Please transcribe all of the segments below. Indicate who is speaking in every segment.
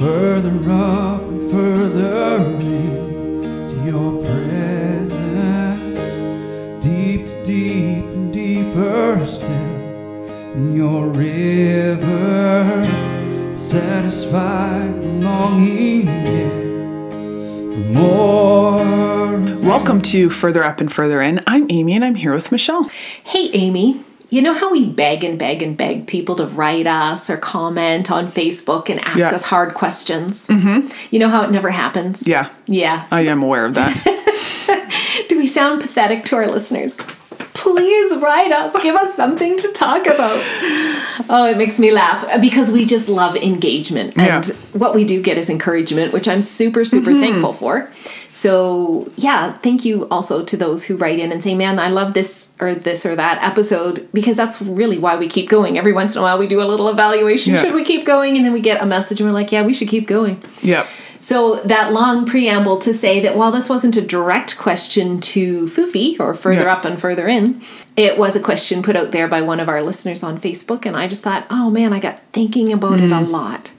Speaker 1: further up and further in to your presence, deep to deep and deeper still in your river, satisfied longing yet for more.
Speaker 2: Welcome to Further Up and Further In. I'm Amy and I'm here with Michelle.
Speaker 3: Hey, Amy. You know how we beg and beg and beg people to write us or comment on Facebook and ask
Speaker 2: Yeah.
Speaker 3: us hard questions? Mm-hmm. You know how it never happens?
Speaker 2: Yeah,
Speaker 3: Yeah.
Speaker 2: I am aware of that.
Speaker 3: Do we sound pathetic to our listeners? Please write us. Give us something to talk about. Oh, it makes me laugh because we just love engagement. And
Speaker 2: Yeah. Mm-hmm.
Speaker 3: what we do get is encouragement, which I'm super, super thankful for. So, yeah, thank you also to those who write in and say, man, I love this or this or that episode because that's really why we keep going. Every once in a while, we do a little evaluation.
Speaker 2: Yeah.
Speaker 3: Should we keep going? And then we get a message and we're like, yeah, we should keep going.
Speaker 2: yep.
Speaker 3: So that long preamble to say that while this wasn't a direct question to Foofy or further
Speaker 2: Yeah.
Speaker 3: up and further in, it was a question put out there by one of our listeners on Facebook, and I just thought, oh man, I got thinking about it a
Speaker 2: Mm.
Speaker 3: lot.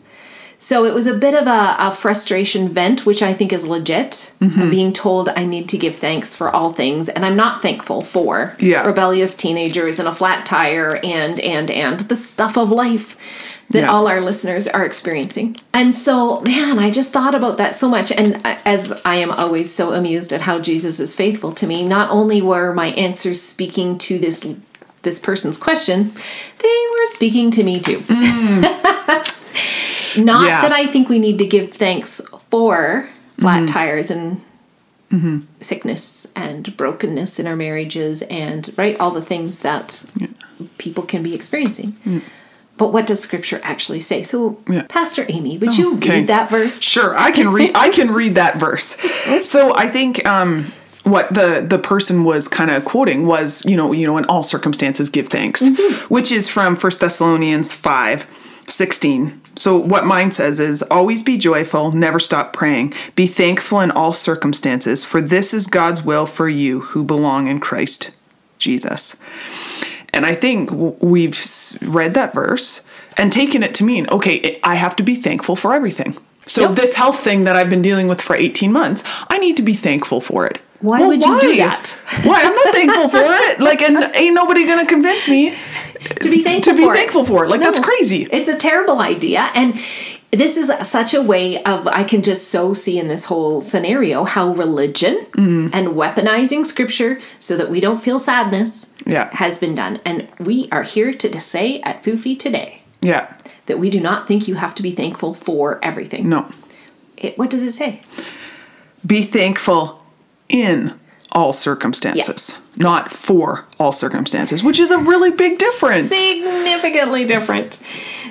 Speaker 3: So it was a bit of a, a frustration vent, which I think is legit.
Speaker 2: Mm-hmm.
Speaker 3: I'm being told I need to give thanks for all things, and I'm not thankful for
Speaker 2: Yeah.
Speaker 3: rebellious teenagers and a flat tire and and and the stuff of life that
Speaker 2: Yeah.
Speaker 3: all our listeners are experiencing. And so, man, I just thought about that so much. And I- as I am always so amused at how Jesus is faithful to me, not only were my answers speaking to this this person's question, they were speaking to me too. not
Speaker 2: Yeah.
Speaker 3: that I think we need to give thanks for flat
Speaker 2: Mm-hmm.
Speaker 3: tires and sickness and brokenness in our marriages and right all the things that people can be experiencing. But what does scripture actually say? So,
Speaker 2: Mm. Yeah.
Speaker 3: Pastor Amy, would you
Speaker 2: okay.
Speaker 3: read that verse?
Speaker 2: Sure, I can read. I can read that verse. So I think um, what the the person was kind of quoting was, you know, you know, in all circumstances give thanks, which is from First Thessalonians five sixteen. So what mine says is always be joyful, never stop praying, be thankful in all circumstances, for this is God's will for you who belong in Christ Jesus. And I think w- we've s- read that verse and taken it to mean, okay, it, I have to be thankful for everything. So
Speaker 3: Yep.
Speaker 2: this health thing that I've been dealing with for 18 months, I need to be thankful for it.
Speaker 3: Why would you do that?
Speaker 2: Why? I'm not thankful for it. Like, and ain't nobody gonna convince me
Speaker 3: To be thankful
Speaker 2: to be
Speaker 3: for it.
Speaker 2: thankful for it. Like, that's
Speaker 3: No.
Speaker 2: crazy.
Speaker 3: It's a terrible idea. And this is such a way of, I can just so see in this whole scenario how religion
Speaker 2: Mm-hmm.
Speaker 3: and weaponizing scripture so that we don't feel sadness
Speaker 2: Yeah.
Speaker 3: has been done. And we are here to to say at Foofy today
Speaker 2: yeah.
Speaker 3: that we do not think you have to be thankful for everything.
Speaker 2: No.
Speaker 3: It, what does it say?
Speaker 2: Be thankful in all circumstances, not for all circumstances, which is a really big difference.
Speaker 3: Significantly different.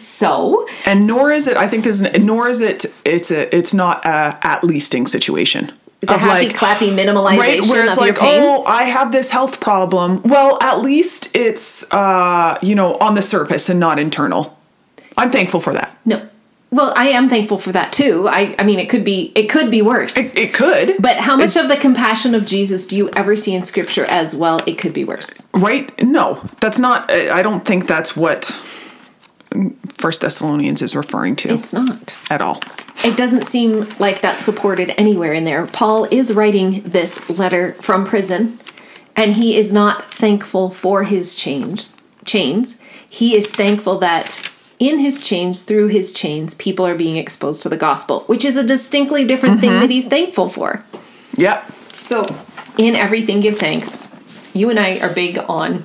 Speaker 3: So,
Speaker 2: and nor is it i think this is nor is it it's a it's not a at leasting situation
Speaker 3: the happy, clappy minimalization
Speaker 2: right where it's
Speaker 3: of
Speaker 2: like
Speaker 3: your pain.
Speaker 2: oh i have this health problem well at least it's uh you know on the surface and not internal i'm thankful for that
Speaker 3: No. Well, I am thankful for that too. I, I mean, it could be it could be worse.
Speaker 2: it could
Speaker 3: But how much of the compassion of Jesus do you ever see in scripture as well? It could be worse.
Speaker 2: right no that's not i I don't think that's what first thessalonians is referring to
Speaker 3: It's not.
Speaker 2: at all
Speaker 3: It doesn't seem like that's supported anywhere in there. Paul is writing this letter from prison and he is not thankful for his chains. chains. He is thankful that in his chains, through his chains, people are being exposed to the gospel, which is a distinctly different thing that he's thankful for.
Speaker 2: yep
Speaker 3: So, in everything, give thanks. You and I are big on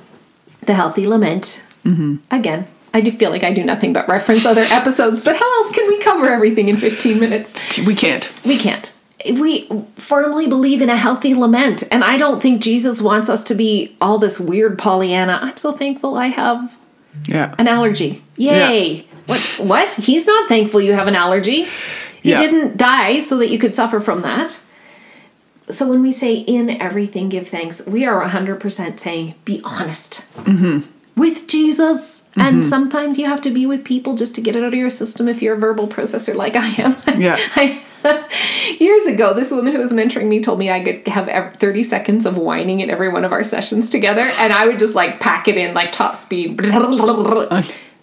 Speaker 3: the healthy lament. Mm-hmm. Again, I do feel like I do nothing but reference other episodes, but how else can we cover everything in 15 minutes?
Speaker 2: we can't
Speaker 3: We can't. We firmly believe in a healthy lament, and I don't think Jesus wants us to be all this weird Pollyanna. I'm so thankful I have
Speaker 2: yeah
Speaker 3: an allergy. Yay. What what? He's not thankful you have an allergy. He
Speaker 2: Yeah.
Speaker 3: didn't die so that you could suffer from that. So when we say in everything give thanks, we are 100% saying be honest. With Jesus, and sometimes you have to be with people just to get it out of your system if you're a verbal processor like I am.
Speaker 2: Yeah.
Speaker 3: I, years ago, this woman who was mentoring me told me I could have ev- 30 seconds of whining in every one of our sessions together, and I would just like pack it in like top speed.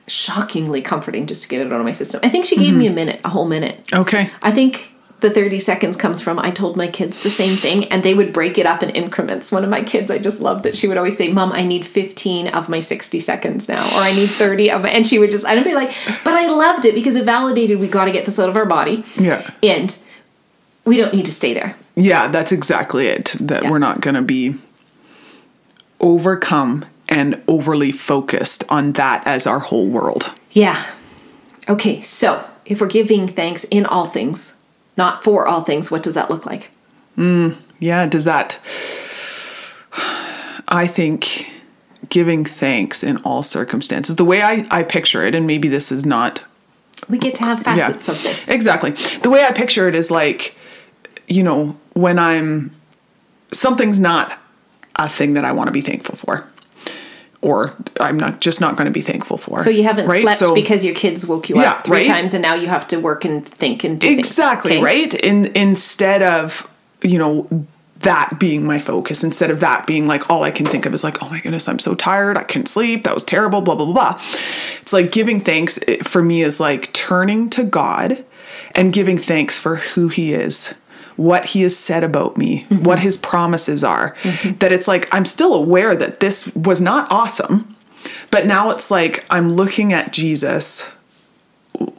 Speaker 3: shockingly comforting just to get it out of my system. I think she gave me a minute, a whole minute.
Speaker 2: Okay.
Speaker 3: I think the 30 seconds comes from I told my kids the same thing and they would break it up in increments. One of my kids, I just loved that she would always say, Mom, I need 15 of my 60 seconds now, or I need 30 of, and she would just, I'd be like, but I loved it because it validated we got to get this out of our body.
Speaker 2: Yeah.
Speaker 3: And we don't need to stay there.
Speaker 2: Yeah, that's exactly it. That
Speaker 3: Yeah.
Speaker 2: we're not going to be overcome and overly focused on that as our whole world.
Speaker 3: Yeah. Okay, so if we're giving thanks in all things, not for all things, what does that look like?
Speaker 2: Yeah, does that. I think giving thanks in all circumstances, the way I, I picture it, and maybe this is not
Speaker 3: We get to have
Speaker 2: Yeah.
Speaker 3: facets of this.
Speaker 2: Exactly. The way I picture it is like, you know, when I'm something's not a thing that I want to be thankful for. Or I'm not just not going to be thankful for.
Speaker 3: So you haven't
Speaker 2: right?
Speaker 3: slept
Speaker 2: So-
Speaker 3: because your kids woke you
Speaker 2: Yeah,
Speaker 3: up three
Speaker 2: right?
Speaker 3: times, and now you have to work and think and do things.
Speaker 2: exactly
Speaker 3: Okay?
Speaker 2: right. In instead of you know that being my focus, instead of that being like all I can think of is like, oh my goodness, I'm so tired, I couldn't sleep, that was terrible, blah blah blah. blah. It's like giving thanks it- for me is like turning to God and giving thanks for who He is. What he has said about me, what his promises are, that it's like I'm still aware that this was not awesome, but now it's like I'm looking at Jesus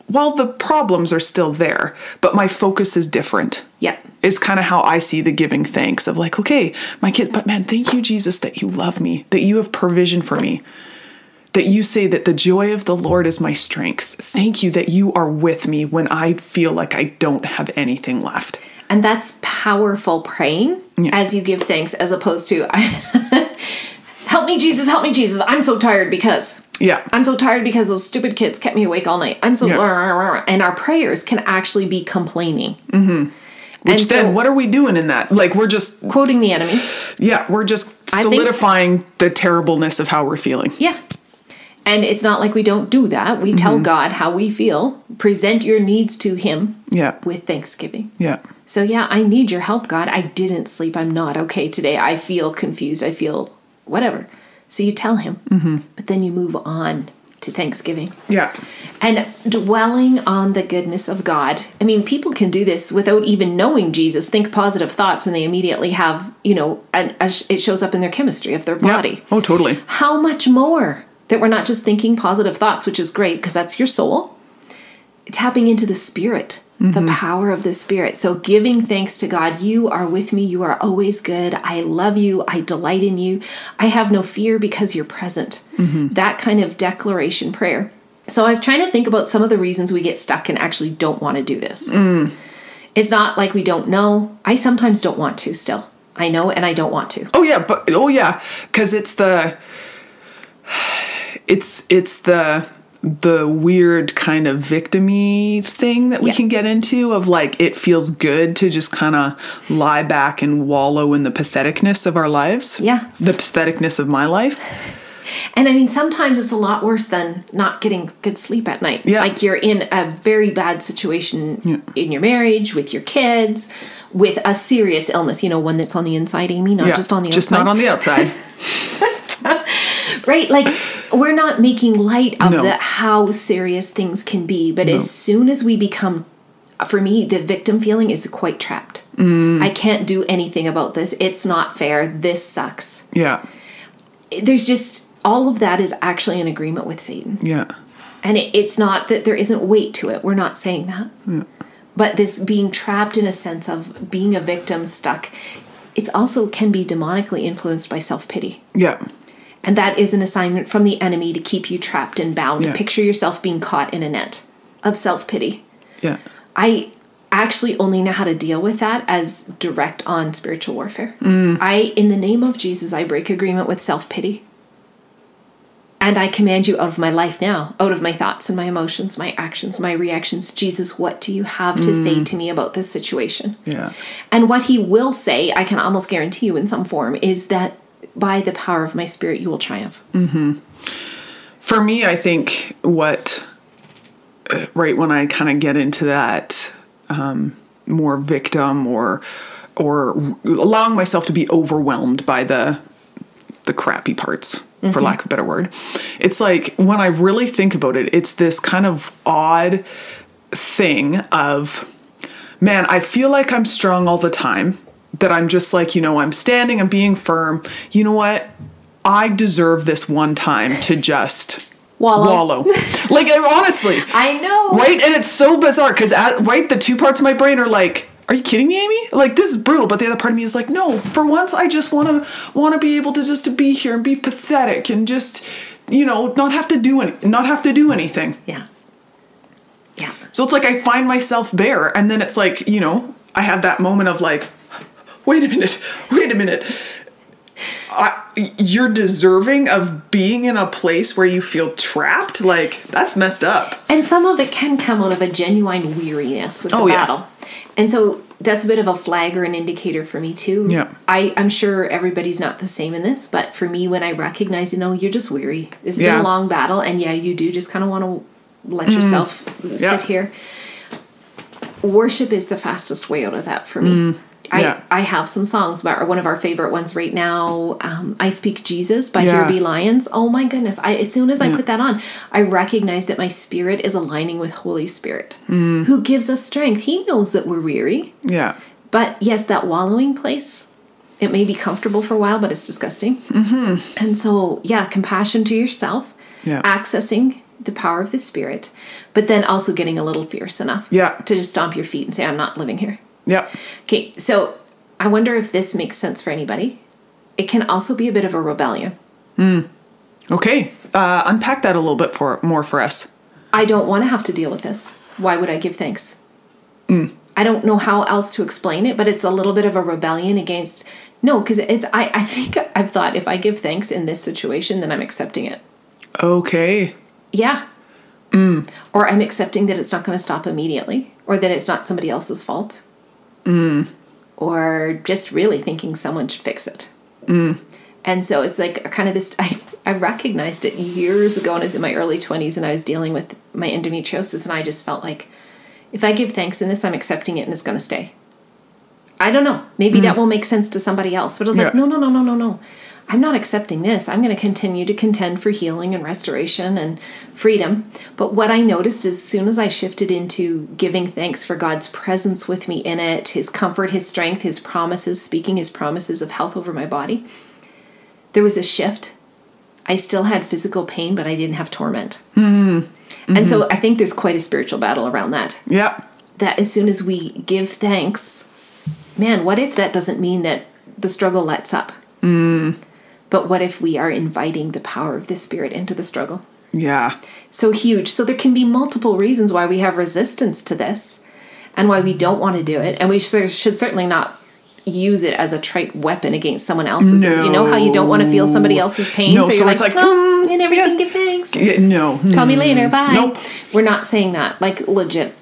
Speaker 2: while the problems are still there, but my focus is different.
Speaker 3: Yeah.
Speaker 2: Is kind of how I see the giving thanks of like, okay, my kid, but man, thank you, Jesus, that you love me, that you have provision for me, that you say that the joy of the Lord is my strength. Thank you that you are with me when I feel like I don't have anything left.
Speaker 3: And that's powerful praying as you give thanks, as opposed to, help me, Jesus, help me, Jesus. I'm so tired because.
Speaker 2: Yeah.
Speaker 3: I'm so tired because those stupid kids kept me awake all night. I'm so.
Speaker 2: Yeah.
Speaker 3: And our prayers can actually be complaining. Mm-hmm. and
Speaker 2: Which then
Speaker 3: so,
Speaker 2: what are we doing in that? Like we're just
Speaker 3: quoting the enemy.
Speaker 2: yeah, we're just
Speaker 3: think-
Speaker 2: solidifying the terribleness of how we're feeling.
Speaker 3: Yeah. And it's not like we don't do that. We tell
Speaker 2: Mm-hmm.
Speaker 3: God how we feel, present your needs to Him
Speaker 2: Yeah.
Speaker 3: with thanksgiving.
Speaker 2: Yeah.
Speaker 3: So, yeah, I need your help, God. I didn't sleep. I'm not okay today. I feel confused. I feel whatever. So, you tell Him, but then you move on to thanksgiving
Speaker 2: Yeah.
Speaker 3: and dwelling on the goodness of God. I mean, people can do this without even knowing Jesus, think positive thoughts, and they immediately have, you know, and it shows up in their chemistry of their
Speaker 2: Yeah.
Speaker 3: body
Speaker 2: Oh, totally.
Speaker 3: how much more that we're not just thinking positive thoughts, which is great because that's your soul, tapping into the spirit, the power of the spirit. So giving thanks to God, you are with me, you are always good. I love you, I delight in you. I have no fear because you're present. That kind of declaration prayer. So I was trying to think about some of the reasons we get stuck and actually don't want to do this. It's not like we don't know. I sometimes don't want to still. I know and I don't want to.
Speaker 2: Oh yeah, but oh yeah, because it's the it's it's the the weird kind of victimy thing that we
Speaker 3: Yeah.
Speaker 2: can get into of like it feels good to just kind of lie back and wallow in the patheticness of our lives.
Speaker 3: Yeah.
Speaker 2: the patheticness of my life.
Speaker 3: And I mean, sometimes it's a lot worse than not getting good sleep at night.
Speaker 2: Yeah.
Speaker 3: Like you're in a very bad situation in your marriage, with your kids, with a serious illness, you know, one that's on the inside, Amy, not
Speaker 2: yeah,
Speaker 3: just on the
Speaker 2: just
Speaker 3: outside.
Speaker 2: not on the outside.
Speaker 3: right? Like we're not making light of
Speaker 2: No.
Speaker 3: the, how serious things can be. But
Speaker 2: No.
Speaker 3: as soon as we become, for me, the victim feeling is quite trapped.
Speaker 2: Mm.
Speaker 3: I can't do anything about this. It's not fair. This sucks.
Speaker 2: yeah,
Speaker 3: There's just all of that is actually in agreement with Satan.
Speaker 2: yeah,
Speaker 3: And it, it's not that there isn't weight to it. We're not saying that. But this being trapped in a sense of being a victim, stuck, it's also can be demonically influenced by self pity.
Speaker 2: yeah,
Speaker 3: And that is an assignment from the enemy to keep you trapped and bound.
Speaker 2: Yeah.
Speaker 3: Picture yourself being caught in a net of self pity.
Speaker 2: yeah,
Speaker 3: I actually only know how to deal with that as direct on spiritual warfare.
Speaker 2: Mm.
Speaker 3: I, in the name of Jesus, I break agreement with self pity. And I command you out of my life now, out of my thoughts and my emotions, my actions, my reactions. Jesus, what do you have to say to me about this situation?
Speaker 2: Mm. yeah,
Speaker 3: And what he will say, I can almost guarantee you in some form, is that by the power of my spirit, you will triumph.
Speaker 2: Mm. for me, I think what uh, right when I kind of get into that um, more victim or or allowing myself to be overwhelmed by the the crappy parts for lack of a better word. It's like when I really think about it, it's this kind of odd thing of man, I feel like I'm strong all the time, that I'm just like, you know, I'm standing, I'm being firm. You know what? I deserve this one time to just
Speaker 3: Wallow.
Speaker 2: wallow. like honestly.
Speaker 3: I know.
Speaker 2: Right? And it's so bizarre because, right, the two parts of my brain are like, are you kidding me, Amy? Like this is brutal, but the other part of me is like, no. For once, I just want to want to be able to just to be here and be pathetic and just, you know, not have to do any, not have to do anything.
Speaker 3: Yeah. Yeah.
Speaker 2: So it's like I find myself there, and then it's like, you know, I have that moment of like, wait a minute, wait a minute. I, you're deserving of being in a place where you feel trapped. Like that's messed up.
Speaker 3: And some of it can come out of a genuine weariness with
Speaker 2: Oh,
Speaker 3: the
Speaker 2: yeah.
Speaker 3: battle. And so that's a bit of a flag or an indicator for me too.
Speaker 2: Yeah.
Speaker 3: I, I'm sure everybody's not the same in this, but for me when I recognize, you know, you're just weary. It's been
Speaker 2: Yeah. Mm.
Speaker 3: a long battle and yeah, you do just kinda wanna let yourself sit
Speaker 2: Yeah.
Speaker 3: here. Worship is the fastest way out of that for me. I,
Speaker 2: Mm. Yeah.
Speaker 3: I have some songs, but one of our favorite ones right now, um, "I Speak Jesus" by
Speaker 2: Yeah. Mm.
Speaker 3: Here Be Lions. Oh my goodness! I as soon as I put that on, I recognize that my spirit is aligning with Holy Spirit,
Speaker 2: Mm.
Speaker 3: who gives us strength. He knows that we're weary,
Speaker 2: Yeah.
Speaker 3: but yes, that wallowing place, it may be comfortable for a while, but it's disgusting. Mm-hmm. And so, yeah, compassion to yourself,
Speaker 2: Yeah.
Speaker 3: accessing the power of the Spirit, but then also getting a little fierce enough,
Speaker 2: Yeah.
Speaker 3: to just stomp your feet and say, "I'm not living here."
Speaker 2: Yeah.
Speaker 3: Okay, so I wonder if this makes sense for anybody. It can also be a bit of a rebellion.
Speaker 2: Okay. Uh, unpack that a little bit for more for us.
Speaker 3: I don't want to have to deal with this. Why would I give thanks? I don't know how else to explain it, but it's a little bit of a rebellion against no, because it's I, I think I've thought if I give thanks in this situation, then I'm accepting it.
Speaker 2: Okay.
Speaker 3: Yeah. Mm. Or I'm accepting that it's not going to stop immediately, or that it's not somebody else's fault. Or just really thinking someone should fix it. And so it's like kind of this. I, I recognized it years ago, and I was in my early 20s, and I was dealing with my endometriosis, and I just felt like if I give thanks in this, I'm accepting it and it's going to stay. I don't know. Maybe that will make sense to somebody else. But I was like,
Speaker 2: Yeah.
Speaker 3: no, no, no, no, no, no. I'm not accepting this. I'm going to continue to contend for healing and restoration and freedom. But what I noticed as soon as I shifted into giving thanks for God's presence with me in it, His comfort, His strength, His promises, speaking His promises of health over my body, there was a shift. I still had physical pain, but I didn't have torment. And so I think there's quite a spiritual battle around that
Speaker 2: Yeah.
Speaker 3: that as soon as we give thanks, man, what if that doesn't mean that the struggle lets up? Mm. But what if we are inviting the power of the Spirit into the struggle?
Speaker 2: Yeah.
Speaker 3: So huge. So there can be multiple reasons why we have resistance to this and why we don't want to do it. And we cer- should certainly not use it as a trite weapon against someone else's. You know how you don't want to feel somebody else's pain?
Speaker 2: No,
Speaker 3: so you're
Speaker 2: so
Speaker 3: like,
Speaker 2: it's like,
Speaker 3: "Um, and everything,
Speaker 2: yeah.
Speaker 3: give thanks.
Speaker 2: Yeah, no. Hmm.
Speaker 3: Call me later. Bye.
Speaker 2: Nope.
Speaker 3: We're not saying that. Like legit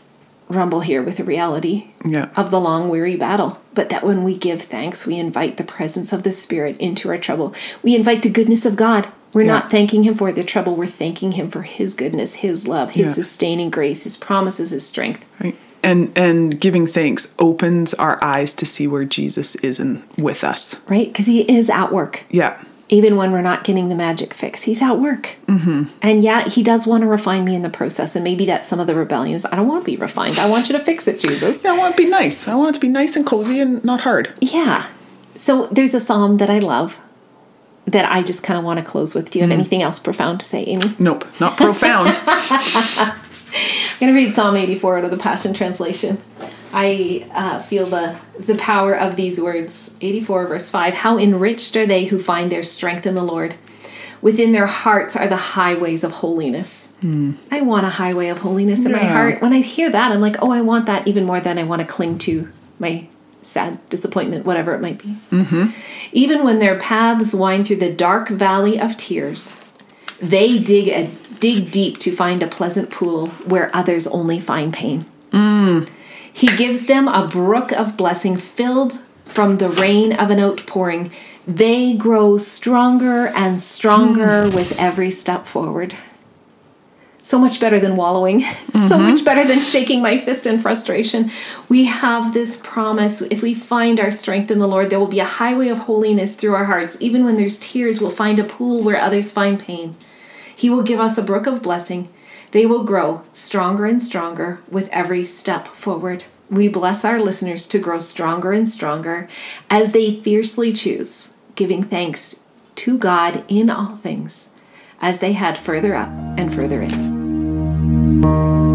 Speaker 3: rumble here with the reality
Speaker 2: Yeah.
Speaker 3: of the long weary battle. But that when we give thanks, we invite the presence of the Spirit into our trouble. We invite the goodness of God. We're not thanking him for the trouble. We're thanking him for his goodness, his love, his
Speaker 2: Yeah.
Speaker 3: sustaining grace, his promises, his strength.
Speaker 2: Right. And and giving thanks opens our eyes to see where Jesus is in with us.
Speaker 3: Right? Because he is at work.
Speaker 2: Yeah.
Speaker 3: Even when we're not getting the magic fix, he's at work. Mm-hmm. And yeah, he does want to refine me in the process. And maybe that's some of the rebellions. I don't want to be refined. I want you to fix it, Jesus.
Speaker 2: Yeah, I want it to be nice. I want it to be nice and cozy and not hard.
Speaker 3: Yeah. So there's a psalm that I love that I just kind of want to close with. Do you have anything else profound to say, Amy?
Speaker 2: Nope. Not profound.
Speaker 3: I'm going to read Psalm 84 out of the Passion Translation. I uh, feel the, the power of these words. 84, verse 5 How enriched are they who find their strength in the Lord? Within their hearts are the highways of holiness. I want a highway of holiness in my
Speaker 2: Yeah.
Speaker 3: heart. When I hear that, I'm like, oh, I want that even more than I want to cling to my sad disappointment, whatever it might be. Even when their paths wind through the dark valley of tears, they dig a, dig deep to find a pleasant pool where others only find pain. He gives them a brook of blessing filled from the rain of an outpouring. They grow stronger and stronger with every step forward. so much better than wallowing, so much better than shaking my fist in frustration. We have this promise if we find our strength in the Lord, there will be a highway of holiness through our hearts. Even when there's tears, we'll find a pool where others find pain. He will give us a brook of blessing. They will grow stronger and stronger with every step forward. We bless our listeners to grow stronger and stronger as they fiercely choose, giving thanks to God in all things as they head further up and further in.